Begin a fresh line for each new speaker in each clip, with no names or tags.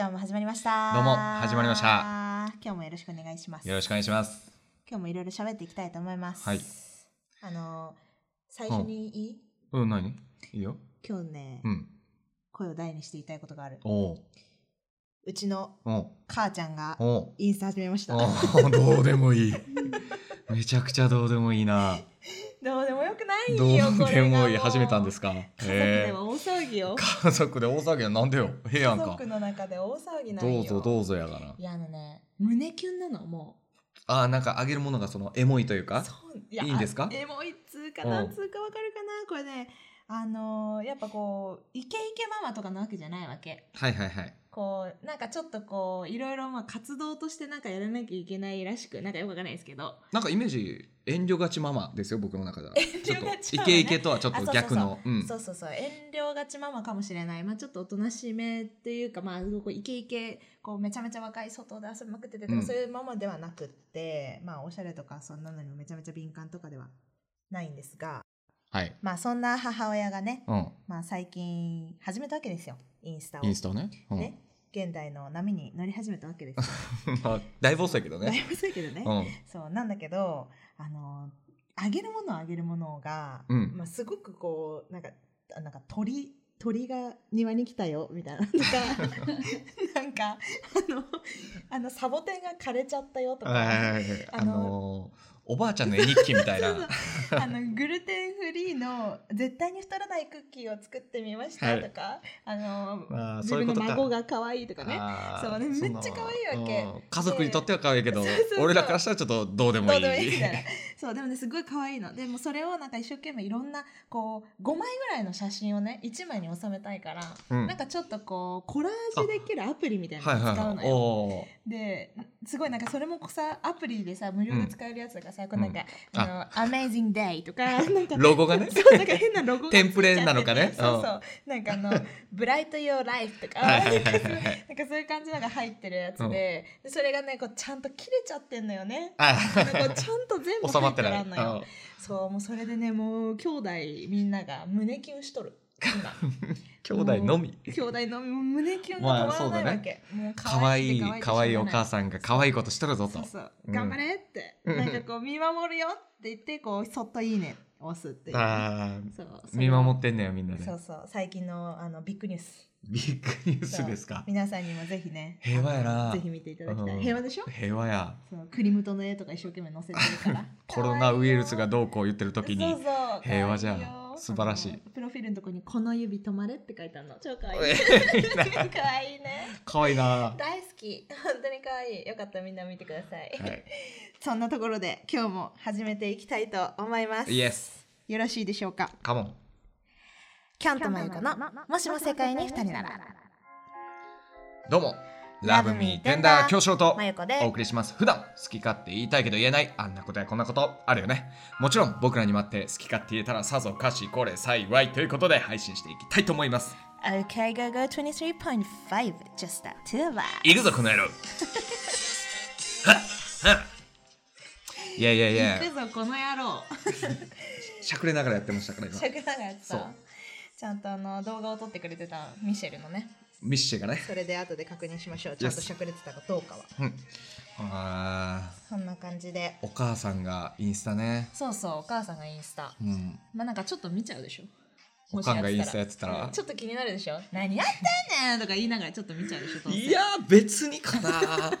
どうも始まりました。
どうも始まりました
今日もよろしくお願いします。
よろしくお願いします。
今日もいろいろ喋っていきたいと思います。
はい。
あの最初にいい、
うん、何いいよ。
今日ね、
うん。
声を大にして言いたいことがある。
おう。
うちの
おう。
母ちゃんが
おう。
インスタ始めました。ど
おうどうでもいい。めちゃくちゃどうでもいいな。
うでもよくない
どう
よ。これ
で
が
もいい。始めたんです
か。
か。
家族で
え
は大騒ぎよ
ー。家族で大騒ぎはなんでよ。部屋
家
んか
族。の中で大騒ぎなん
ど
よ。
うぞどうぞやがな。
いやあのね胸キュンなのも
あー、なんかあげるものがそのエモいという
う。
か。
そういや
いいんですか
エモいっつうか
うん
なんつうかわかるかなこれねあのーやっぱこうイケイケママとかなわけじゃないわけ。
はいはいはい。
こうなんかちょっとこういろいろまあ活動としてなんかやらなきゃいけないらしくなんかよくわかんないですけど
なんかイメージ遠慮がちママですよ僕の中では。ちょっ
慮
と
がちママ
イ
ね
ケイケとはちょっと逆の。うん
そうそうそう遠慮がちママかもしれない、まあ、ちょっとおとなしめっていうか、まあ、こうイケイケこうめちゃめちゃ若い外で遊びまくってて、でも
うん
そういうママではなくって、まあ、おしゃれとかそんなのにもめちゃめちゃ敏感とかではないんですが、
はい。
まあ、そんな母親がね、
うん。
まあ、最近始めたわけですよインスタを
インスタね。うん
ね現代の波に乗り始めたわけですよ
まあ大暴走やけど
だ
ね。
いぶそうやけどね、
うん。
そうなんだけどあのあげるものあげるものが、
うん
まあ、すごくこうなんかあなんか鳥鳥が庭に来たよみたい なとかなんかあのあのサボテンが枯れちゃったよと
はいはい
か
はいはい
あの
あのーおばあちゃんの絵日記みたいな
そうあのグルテンフリーの絶対に太らないクッキーを作ってみましたとか、あの
あー
自
そうい
分
う
の
ことか
孫が可愛いとかね
あー
そうねめっちゃ可愛いわけ
そのうん家族にとっては可愛いけど
でそうそうそう
俺らからしたらちょっとどうでも
ど
いうい
でもいいみたいなそうでもねすごい可愛いのでもそれをなんか一生懸命いろんなこう5枚ぐらいの写真をね1枚に収めたいから、
うん
なんかちょっとこうコラージュできるアプリみたい
は
ないの
は
を
い
使う
は
の
い
よ、
おー
ですごいなんかそれもさアプリでさ無料で使えるやつだからさ、こうなんか「
うん
あの Amazing Day」とか なんか
ロゴ がね
そうなんか変なロゴがついちゃってて
テンプレなのかね
そうそうなんかあ の「Bright Your Life」とか
は
ないん
はいはいはいは
か
い
そういう感じのが入ってるやつで,、でそれがねこうちゃんと切れちゃってんのよね
あ
なんかこうちゃんと全部
収ま
入
って
ら
ない
んのよそうもうそれでねもう兄弟みんなが胸キュンしとる今
兄弟のみ
兄弟のもう胸キュンが止まらないわけ、もう
可愛い可愛いお母
さ
さんが可愛いことしてるぞと
そうそう
うん
頑張れって、
うん
なんかこう見守るよって言ってこうそっといいねを押すっていう
あー
そうそれ
見守ってんねよみんなで
そうそう最近のあのビッグニュース
ビッグニュースですか
皆さんにもぜひね
平和やな
あのぜひ見ていただきたい、
うん
平和でしょ
平和や
そうクリムトの絵とか一生懸命載せてるから
コロナウイルスがどうこう言ってる時
そう
に
そう
平和じゃん
可愛いよ
素晴らし
あ
い
のプロフィールのとこに「この指止まれ」って書いてあるの超可愛い 可
え
愛いね
可愛いな
大好き本当に可愛いよかったらみんな見てください、
はい
そんなところで今日も始めていきたいと思います
イエス
よろしいでしょうか
カモン
キャン
キ
と
ャンと
マ
マ
ユ
ユ
コ
コ
の
の
も
も
し
し
も
も
世
世
界
界
に二
に二
人
人
な
な
ら
ら
どうもラブミーテンダー教授と
マユコ
お
で
送りします普段好き勝手言いたいけど言えないあんなことやこんなことあるよねもちろん僕らに待って好き勝手言えたらさぞかしこれ幸いということで配信していきたいと思います
OK go go 23.5 just that two
いくぞこの野 郎はっはいやいやいや
行くぞこの野郎
しゃくれながらやってましたから今
しゃくながらやって
そう
た ちゃんとあの動画を撮ってくれてたミシェルのね
ミッシェがね
それで後で確認しましょうちゃんと
Yes
しゃくれてたかどうかは
あ
そんな感じで
ーお母さんがインスタね
そうそうお母さんがインスタ
うん
まあなんかちょっと見ちゃうでしょ
おかんがインスタやってたら
うんちょっと気になるでしょ何やってんねんとか言いながらちょっと見ちゃうでしょどうせ
いや別に かな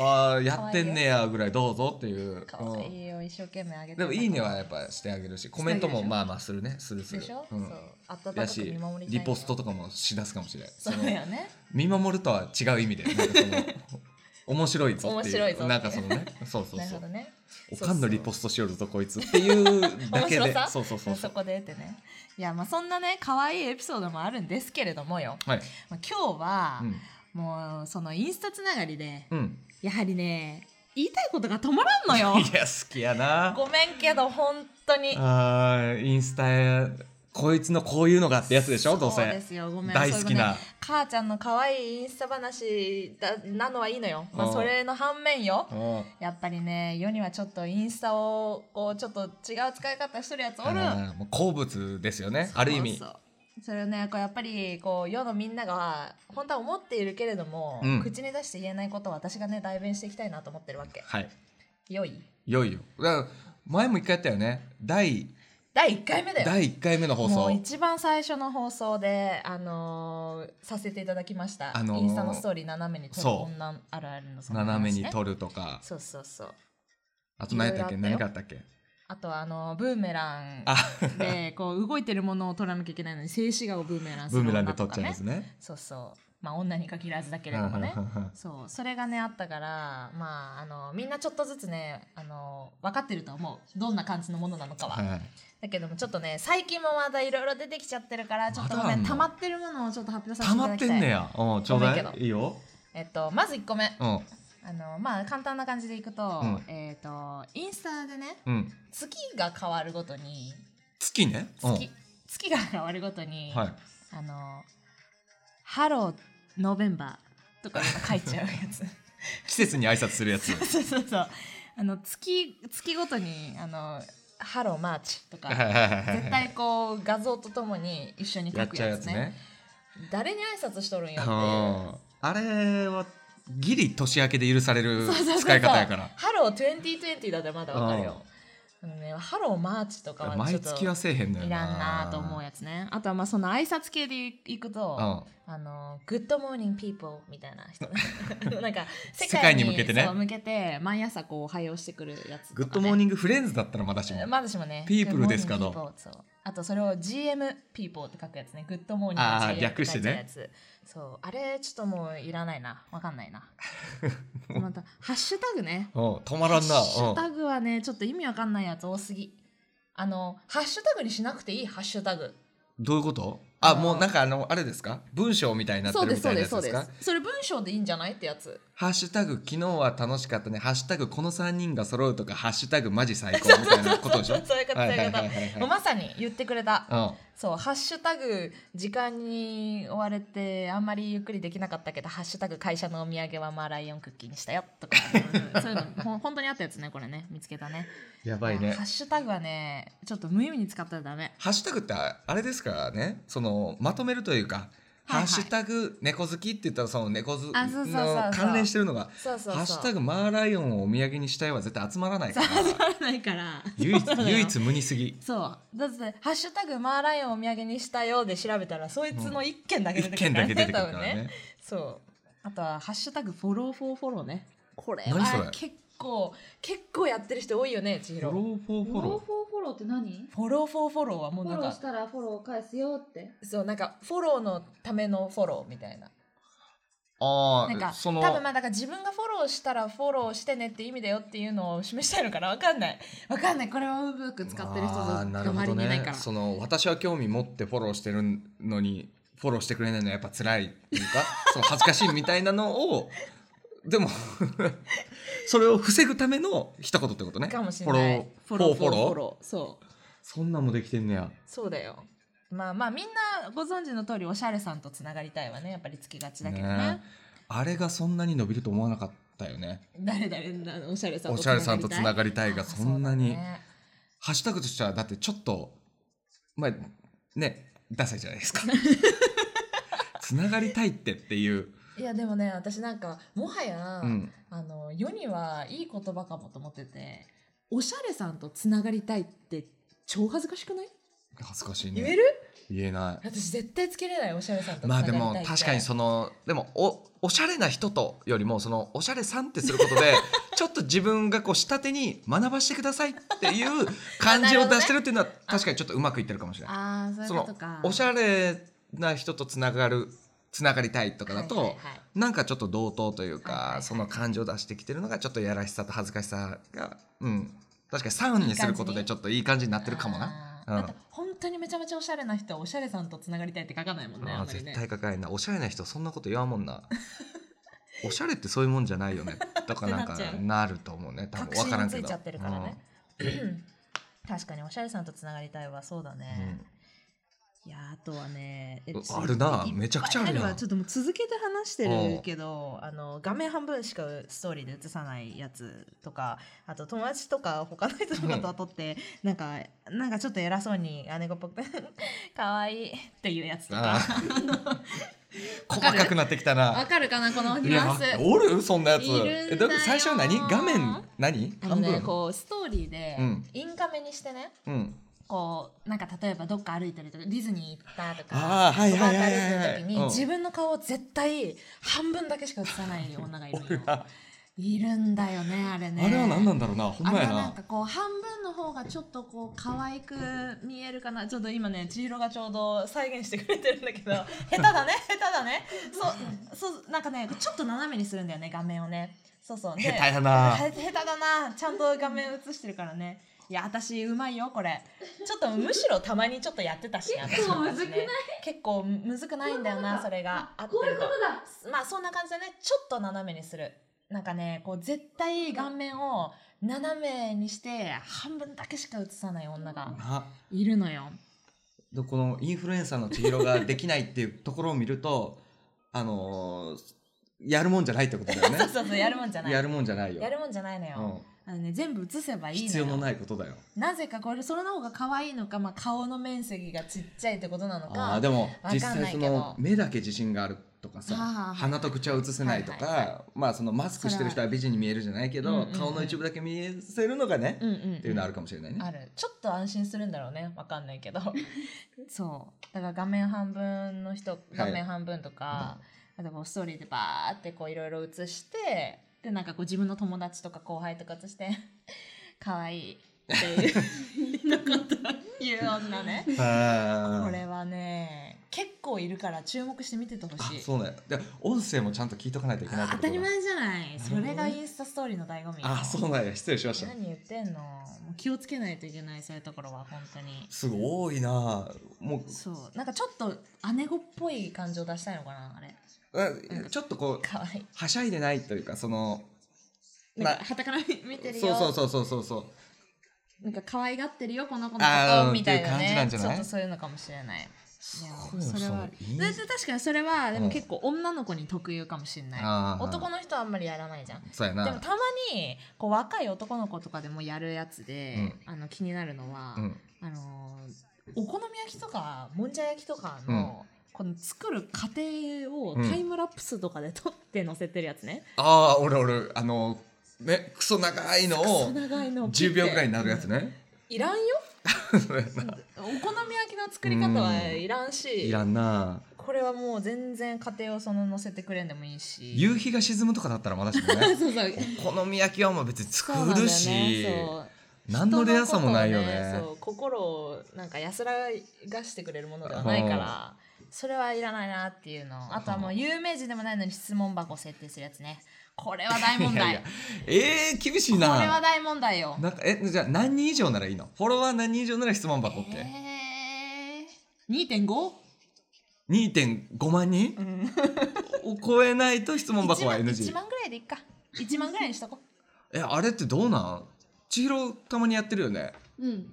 あーやってんねやぐらいどうぞっていう
かわいいよ一生懸命あげ
うん
て
でも「いいね」はや
っ
っぱしてあげるしコメントもまあまあするねするす
で
る
しょ、
うん
そう温か
だ
く
し
見守りたい
リポストと
か
かもしだすかもしれない
そう
の
だよね
見守るとは違う意味でなんかその 面白いぞ
面
って
白
い
いぞって
うなんかそのねそうそう
なる
そ
ほど
う
ね
おかんのリポストしよるぞこいつっていうだけ
面白
で
さ
そうそうそ
そうう
そ
そうこでってねいやまあそんなね可愛いエピソードもあるんですけれどもよ、
はい
まあ、今日は
う、ん
もうそのインスタつながりで
うん
やはりね言いたいことが止まらんのよ
いや好きやな
ごめんけど本当に
あーインスタやこいつのこういうのがってやつでしょどう
そうで
せ
すよごめん
大好きな
そういうね母ちゃんの可愛いインスタ話だなのはいいのよ、まあ、
うん
それの反面よ
うん
やっぱりね世にはちょっとインスタをこうちょっと違う使い方してるやつおる
あーもう好物ですよねある意味
そうそう
それをねこうやっぱりこう世のみんなが本当は思っているけれども、
うん
口に出して言えないことを私がね代弁していきたいなと思ってるわけ
はい
よい
よいよだから前も一回やったよね第
第1回目だよ
第1回目の放
も
送
う一番最初の放送で、あのーさせていただきました、
あのー
インスタのストーリー斜めに撮る
そう
女あるあるのその話ね
斜めに撮るとか
そうそうそう
あと何やったっけ
いろい
何
ろあ
が
っ
あったっけ
あとあのブーメラン
あ
でこう動いてるものを取らなきゃいけないのに静止画をブーメランす
ブ
る
ーメラン
女
で撮
と
っ
か
ちゃい
ね
ますね
そうそうまあ女に限らずだけ
う
れどもね
んうんうんうん
そうそれがねあったからまああのみんなちょっとずつねあの分かってると思うどんな感じのものなのかは、
はい
だけどもちょっとね最近もまだいろいろ出てきちゃってるからちょっとご
まだ
め
あん
ん
の
溜まってるものをちょっと発表さ
溜
せていた
ま
だ
っ
きた
て
い
んねやうんちょうだ
ごめんけ
いいいよ
えっとまず1個目
うん
あのまあ簡単な感じでいくと、
うん
えっ、とインスタでね
うん
月が変わるごとに
月ねうん
月,、月が変わるごとに、
はい
あの「ハローノベンバー」とかなんか書いちゃうやつ
季節に挨拶するやつ
そうそうそうあの月月ごとにあの「ハローマーチ」とか
はいはいはいはい
絶対こう画像とともに一緒に
や
書
っ
く
ちゃう
や
や
つ
つ
ね
ね
誰に挨拶しとるんやって
うんあれはギリ年明けで許される
そうそうそうそう
使い方やから
ハロー2020だってまだわかるよ。あのね、ハローマーチとかはちょ
毎
っと
月はせえへんのよ
いらんなと思うやつね。あとはまあその挨拶系でいくと、
うん
あの、グッドモーニングピーポーみたいな人。 なんか世
世界に向けてね
そう向けて毎朝こうおはようしてくるやつとかね、
グッドモーニングフレンズだったらまだしも
まだしもね。
ピープルですか
ど
ど
そう。あとそれを GM ピーポーって書くやつね。グッドモーニング
あー
GM
略してね
って書いてあるやつ。そう。あれちょっともういらないな。わかんない な。また、ハッシュタグね。
うん止まらんな
ハッシュタ
う
グはね、ちょっと意味わかんないやつ多すぎ。あの、ハッシュタグにしなくていいハッシュタグ。
んどういうこと
あ
あ
の
もうなんかあのあれですか文章みたいになって
そう
る
で
み
す、そ
た
う
いなや
で
つ
す、そ
で
う
す
で
か
す。それ文章でいいんじゃないってやつ。
ハッシュタグ昨日は楽しかったねハッシュタグこの3人が揃うとかハッシュタグマジ最高みたいなことで しょ
そういうこと、そう
はいいうはい
こと。
はいはい
もうまさに言ってくれた。
うん
そう、ハッシュタグ、時間に追われて、あんまりゆっくりできなかったけど、ハッシュタグ、会社のお土産はマーライオンクッキーにしたよ、とか、うん そういうの、ほん本当にあったやつね、これね、見つけたね。
やばい
あ
ね
ハッシュタグはね、ちょっと無意味に使ったらダメ。
ハッシュタグってあれですからねそのまとめるというか「
はいはい
ハッシュタグ猫好き」って言ったらその猫好き
あそうそうそうそう
の関連してるのが
そうそうそう。
ハッシュタグマーライオンをお土産にしたいは絶対集まらないか
そう
ら
始まら ないから。
唯
そうなの
一
よ
唯一無二すぎ
そうだって「ハッシュタグマーライオンをお土産にしたよ」で調べたらそいつの一件だけ出
一
て
件
くる
だ
から
け
ね,、
出てくるから
多分
ね
ねそうあとは「ハッシュタグフォローフォーフォローね」これ
何それ
は結構結構やってる人多いよね千
フォロ
尋
ーフォー
フ
フ
ォ
ォ
ロー
ロ
フォーフォローって何
フォローフォーフォローはもう
フ
な
ォ
ん
ロー
か
したらフォロー返すよって。
そうなんかフォローのためのフォローみたいな
ーあ
なん
あ
か
そ
多
の
分まあだから自分がフォローしたらフォローしてねっていう意味だよっていうのを示したいのかなわかんないわかんないこれはうぶく使ってる人
あーな
が
るほ
周り
ど
にいないか
ね
ら、
その私は興味持ってフォローしてるのにフォローしてくれないのはやっぱ辛いっていう かその恥ずかしいみたいなのをでも それを防ぐための一言ってことね
かもしれない
フォローフォローフォロー
ーそう
そんなんもできてんねや
そうだよ。まあまあみんなご存知の通りおしゃれさんとつながりたいわねやっぱりつきがちだけどね
ねあれがそんなに伸びると思わなかったよね
誰誰なのおしゃれさん
お
と
しゃれさんとつながりたいが
あ
そんなに、
そうだね
ハッシュタグとしてはだってちょっとまあねダサいじゃない ですかつながりたいってっていう、
いやでもね私なんかもはや、
うん、
あの世にはいい言葉かもと思ってておしゃれさんとつながりたいって超恥ずかしくない、
恥ずかしいね
言える
言えな
私絶対つけれないおしゃれさん
い
とつな
ま
が
あ
りた
で
いって
も確かにそのでもおおしゃれな人とよりもそのおしゃれさんってすること でちょっと自分がこう下手に学ばしてくださいっていう感じを出してるっていうのは確かにちょっとうまくいってるかもしれない。
ああそういう
そ
こと
の
か
おしゃれな人とつながるつながりたいとかだと、
はいはいはい
なんかちょっと同等というか、
はいはいはい
その感情を出してきてるのがちょっとやらしさと恥ずかしさがうん確かにサウンにすること
い
で
い感じに
ちょっといい感じになってるかもな。
あ
うん
ーだって本当にめちゃめちゃおしゃれな人はおしゃれさんとつながりたいって書かないもんね
あ
あ
あ
んまり
絶
ね
対かかいなおしゃれな人そんなこと言わんもん なおしゃれってそういうもんじゃないよねとかなんか
ってなっちゃう
なると思うね多
確
分
信
分からん
つ
け
い
ど
ちゃってるからね、確かにおしゃれさんとつながりたいはそうだ
うんう
ね、
ん
いやあとはねえ
う
ちょっと
あるない
っぱい
めちゃくちゃあるな
わちょっともう続けて話してるけどあの画面半分しかストーリーで映さないやつとかあと友達とか他の人とかと撮って、なんかなんかちょっと偉そうに姉子っぽくて 「かわいい」っていうやつとか
あ 細かくなってきた
わ
な
かるかなこのニ
い
ュア
や
ンス
おるそんなやつ
いるんだよ
えだ最初は何画面何
あのね
半分
こうストーリーで、
うん
インカメにしてね
うん
こうなんか例えばどっか歩いてるとかディズニー行ったとか。
ああはい
バ
はい
ー
はい
歩い
は
て
い
る時
はい
に自分の顔を絶対半分だけしか映さない女がいるのよいるんだよねあれね
あれは何なんだろうなほん
あ
ま
れ
や
はなん
な
かこう半分の方がちょっとこう可愛く見えるかなちょっと今ね千尋がちょうど再現してくれてるん だけど下手だね下手だねそうそうなんかねちょっと斜めにするんだよね画面をねそうそうで
下手や
は
な
下手だなちゃんと画面映してるからねいや私うまいよこれちょっとむしろたまにちょっとやってたし
結構むずく
私も
ない
ね結構むずくないんだよなそれが合って
こういう
る
ことと
まあそんな感じでねちょっと斜めにするなんかねこう絶対顔面を斜めにして半分だけしか映さない女が
ない
るのよ
でこのインフルエンサーの千尋ができないっていうところを見ると あのーやるもんじゃないってことだよね
そうそうそうやるもんじゃない
や
や
るもんじゃないよ
るもんじゃないのよ、あのね全部映せば
う
い
ん、
いのよ
必要のないことだよ
なぜかこれそれの方が可愛いのか、まあ、顔の面積がちっちゃいってことなのか
あーでも
わかんない
実際そ
け
の
ど
目だけ自信があるとかさ
あーはい
鼻と口は映せないとか、
はいはい
まあそのマスクしてる人は美人に見えるじゃないけど、
それはうんうんうん
顔の一部だけ見せるのがね、
うんうんん、
っていうのはあるかもしれないね。
あるちょっと安心するんだろうねわかんないけど そうだから画面半分の人画面半分とか、あとこうストーリーでバーってこういろいろ映してでなんかこう自分の友達とか後輩とか映して 「可愛いっていう言う女ね
あー
これはね結構いるから注目して見ててほ
あ
しい
そうね。で音声もちゃんと聞いとかないといけないって
当
ことだ
たり前じゃない
なる
そ
ほどね
れがインスタストーリーの醍醐味
あそうなんや失礼しました。
何言ってんのもう気をつけないといけないそういうところは本当に
すごいなも
そうなんかちょっと姉子っぽい感情出したいのかなあれ
うあちょっとこう
かわい
はしゃいでないというかその
い
な
なんかはたから見てる
そ
よ
うそうそうそうそうそう
なんか可愛がってるよこの子のこ
あー
とみたいな
っていう感じなん
ね
じ
ち
ゃ
ょ
ない
っとそういうのかもしれないいや
すごいよ
それは
そういい
でで確かにそれはで
う
も
ん
結構女の子に特有かもしれない
あー
男の人はあんまりやらないじゃん
そうや
でも
な。
たまにこう若い男の子とかでもやるやつで、あの気になるのは、
うん
あのーお好み焼きとかもんじゃ焼きとかの、この作る過程を
うん
タイムラプスとかで撮って載せてるやつね、
ああ俺俺あのねクソ長いの
そ
を
んな長いのを切っ
10
て
秒ぐらいになるやつ、ね。
うんいらんよお好み焼きの作り方はいらんし
いらんな。
これはもう全然家庭をその載せてくれんでもいいし
夕日が沈むとかだったらまだしもね。
そうそう
お好み焼きはもう別に
そうなん
作
だよ
る
ね
し、
そう
何のレアさもないよ
人の
ね
ことを。そう心をなんか安らがしてくれるものではないからそれはいらないなっていうのあとはもう有名人でもないのに質問箱設定する やつねこれは大問題
いやいやえー、厳しい
これは
な。
大問題よ
なんかえじゃあ何人以上ならいいの？フォロワー何人以上なら質問箱って？
えー、2.5?
2.5万人
う、ん
を超えないと質問箱は NG
1万ぐらいでいっか1万ぐらいにしとこう
えあれってどうなん千尋たまにやってるよね
だうん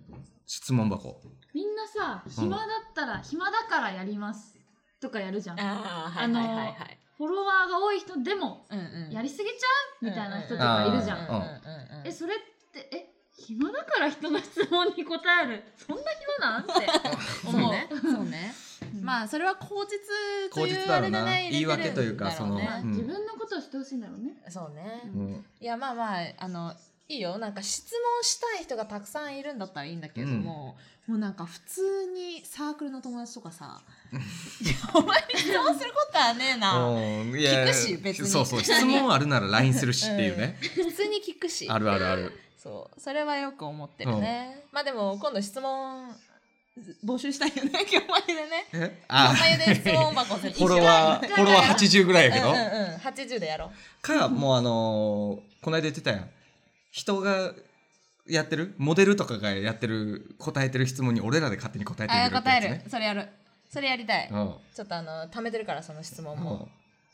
質問箱
みんなさ暇だったら、暇だからやりますとかやるじゃ ん
あ
ーはいはいはい
はい
フォロワーが多い人でも
うんうん
やりすぎちゃうみたいな人とかいるじゃん
うん
えそれってえ暇だから人の質問に答えるそんな暇なんって
思うね。そうね。
うん
まあそれは口実と
口
い
実
う
だ
あ
ろ
れ
う
で
な
ね
言い訳というか
入れてるんだろ
まあ
う
ね
ん
自分のことをしてほしいんだろうね
そうね。
うん
いやまあまああのいいよなんか質問したい人がたくさんいるんだったらいいんだけれども、もうなんか普通にサークルの友達とか さ「いやお前に質問することはねえな」
うんいや
聞くし別に
そうそう質問あるなら LINE するしっていうね、
普通に聞くし
あるあるある
そうそれはよく思ってるね、まあでも今度質問募集したいよね今日まででね
え
今
あ
日までで質問箱する
フォロワー
一
フ
回
ォロワー
一回
80ぐらいやけど、
うんうんうん、80でやろう
かもうあのーこの間言ってたやん人がやってるモデルとかがやってる答えてる質問に俺らで勝手に答えてみ
あ
るって
答
やつ
える
ね
それやるそれやりたい、
うん
ちょっとあの貯めてるからその質問も、
もう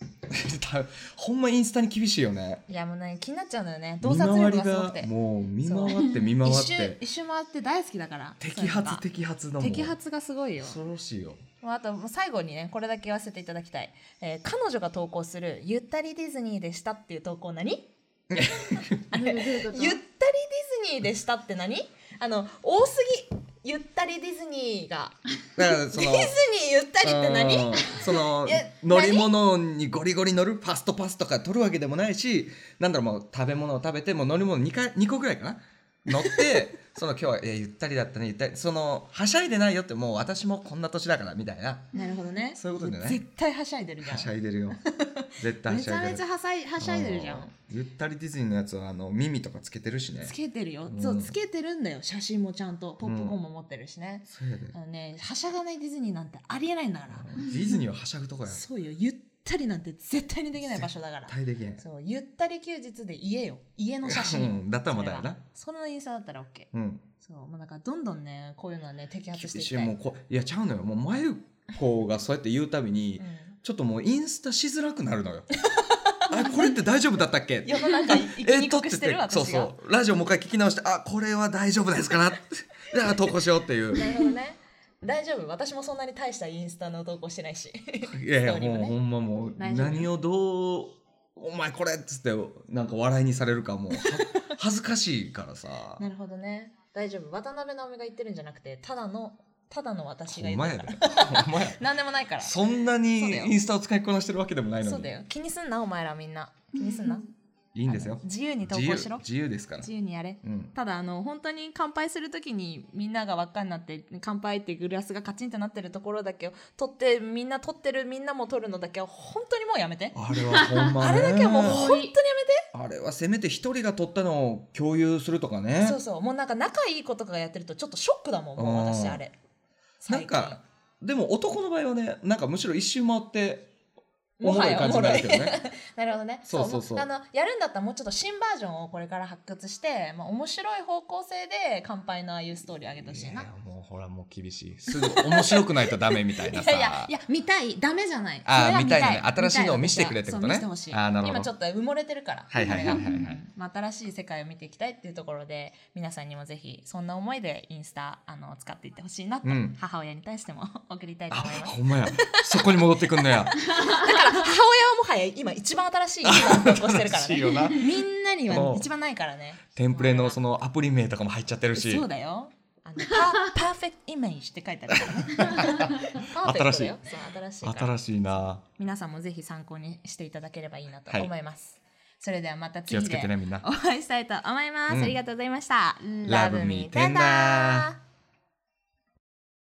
たほんまインスタに厳しいよね
いやもうね気になっちゃうんだよね洞察力がすごくて
もう見回って見回
一
っ
周
て
一周回って大好きだから
摘
そういうの
発
が
摘発のもう
摘発がすごいよ
恐ろしいよ
まあ、あともう最後にねこれだけ言わせていただきたい、えー彼女が投稿する「ゆったりディズニーでした」っていう投稿何
どういうこと
ゆったりディズニーでしたって何あの多すぎゆったりディズニーが
だから
デ
そ
ィズ
の
ニーゆったりって何
うんその
いや
乗り物にゴリゴリ乗るパストパスとか取るわけでもないしなんだろうもう食べ物を食べてもう乗り物 2, 回2個ぐらいかな乗って その今日は、えーゆったりだったねゆったりそのはしゃいでないよってもう私もこんな年だからみたいな
なるほどね
そういうことだよね
絶対はしゃいでるじゃ
は
ん
しゃいでる よ絶対は
め
し
ち
ゃい
ゃ
でる
めちゃはしゃいはしゃいでるじゃ
うんゆったりディズニーのやつはあの耳とかつけてるしね
つけてるよ、
うん
そうつけてるんだよ写真もちゃんとポップコーンも持ってるしね、
そうやで
あのねはしゃがないディズニーなんてありえないんだから、
ディズニーははしゃぐとこや絶
そうよゆったりなんて絶対にできない場所だから
対できへん
そうゆったり休日で家よ家の写
う
真
んだったらまだや
それは
な
そのインスタだったら OK
うん
そうもうなんかどんどんねこういうのはね摘発していき
した
い
もうこいやちゃうのよもうまゆこがそうやって言うたびに、
うん
ちょっともうインスタしづらくなる のよあこれって大丈夫だったっけ
世の中生きに
撮
くくしてる私
そ
が
うそうラジオもう一回聞き直してあこれは大丈夫ですかなってじゃあ投稿しようって いう
なるほどね大丈夫私もそんなに大したインスタの投稿してないし
いやいや
ストーリー
も
も
う
ね
ほんまもう
大丈夫
何をどうお前これっつってなんか笑いにされるかもうは恥ずかしいから さ
なるほどね大丈夫渡辺直美が言ってるんじゃなくてただのただの
ほ
私
ん
が言っ
ま
て
や
るか
で
ら
ほんまや
何でもないから
そんなに
そうだよ
インスタを使いこなしてるわけでもないのに
そうだよ気にすんなお前らみんな気にすんない
いんです
あ
よ
の自由に投
自
稿
由
しろ
自由ですから
自由にやれ
うん
ただあの本当に乾杯するときにみんなが輪っかになって乾杯ってグラスがカチンってなってるところだけを取ってみんな取ってるみんなも取るのだけは本当にもうやめて
あれはほんまね。
あれだけはもう本当にやめて
あれはせめて一人が撮ったのを共有するとかね
そう。そうもうなんか仲いい子とかがやってるとちょっとショックだもんもう私あれ
なんかでも男の場合はね、なんかむしろ一周回って
もはや
おもろい感じになるけどね。
最近なるほどね
そうそうそう
もあのやるんだったらもうちょっと新バージョンをこれから発掘して、まあ、面白い方向性で乾杯のああいうストーリーあげてほしいない
やもうほらもう厳しい。すぐ面白くないとダメみたい
いや
ないさ。
やいや見たいダメじゃない
あー
それは
見たいのね新しいのを見せてくれってことね
そう見せてほしい
あーなるほど
今ちょっと埋もれてるから
はいはいはいはい
これが
はい
うんまあ、新しい世界を見ていきたいっていうところで皆さんにもぜひそんな思いでインスタあの使っていってほしいなと、
うん
母親に対しても 送りたいと
あ
思います
ほんまや。そこに戻ってくんの や。
だから母親はもはや今一番新しいインスタを投稿して るから
しいよ
ね
な。
みんなに
う
は
ん
一番ないからね
テンプレのそのアプリ名とかも入っちゃってるし
そう。だよあのパパーフェクトイメージって書いてあるから ねパーフェクトだよそう新しいから
新しいな。
皆さんもぜひ参考にしていただければいいなと
はい
思います、それではまた
気を
次
つけて
で
ねみんな
お。会いしたいと思います、
うん
ありがとうございました
Love me tender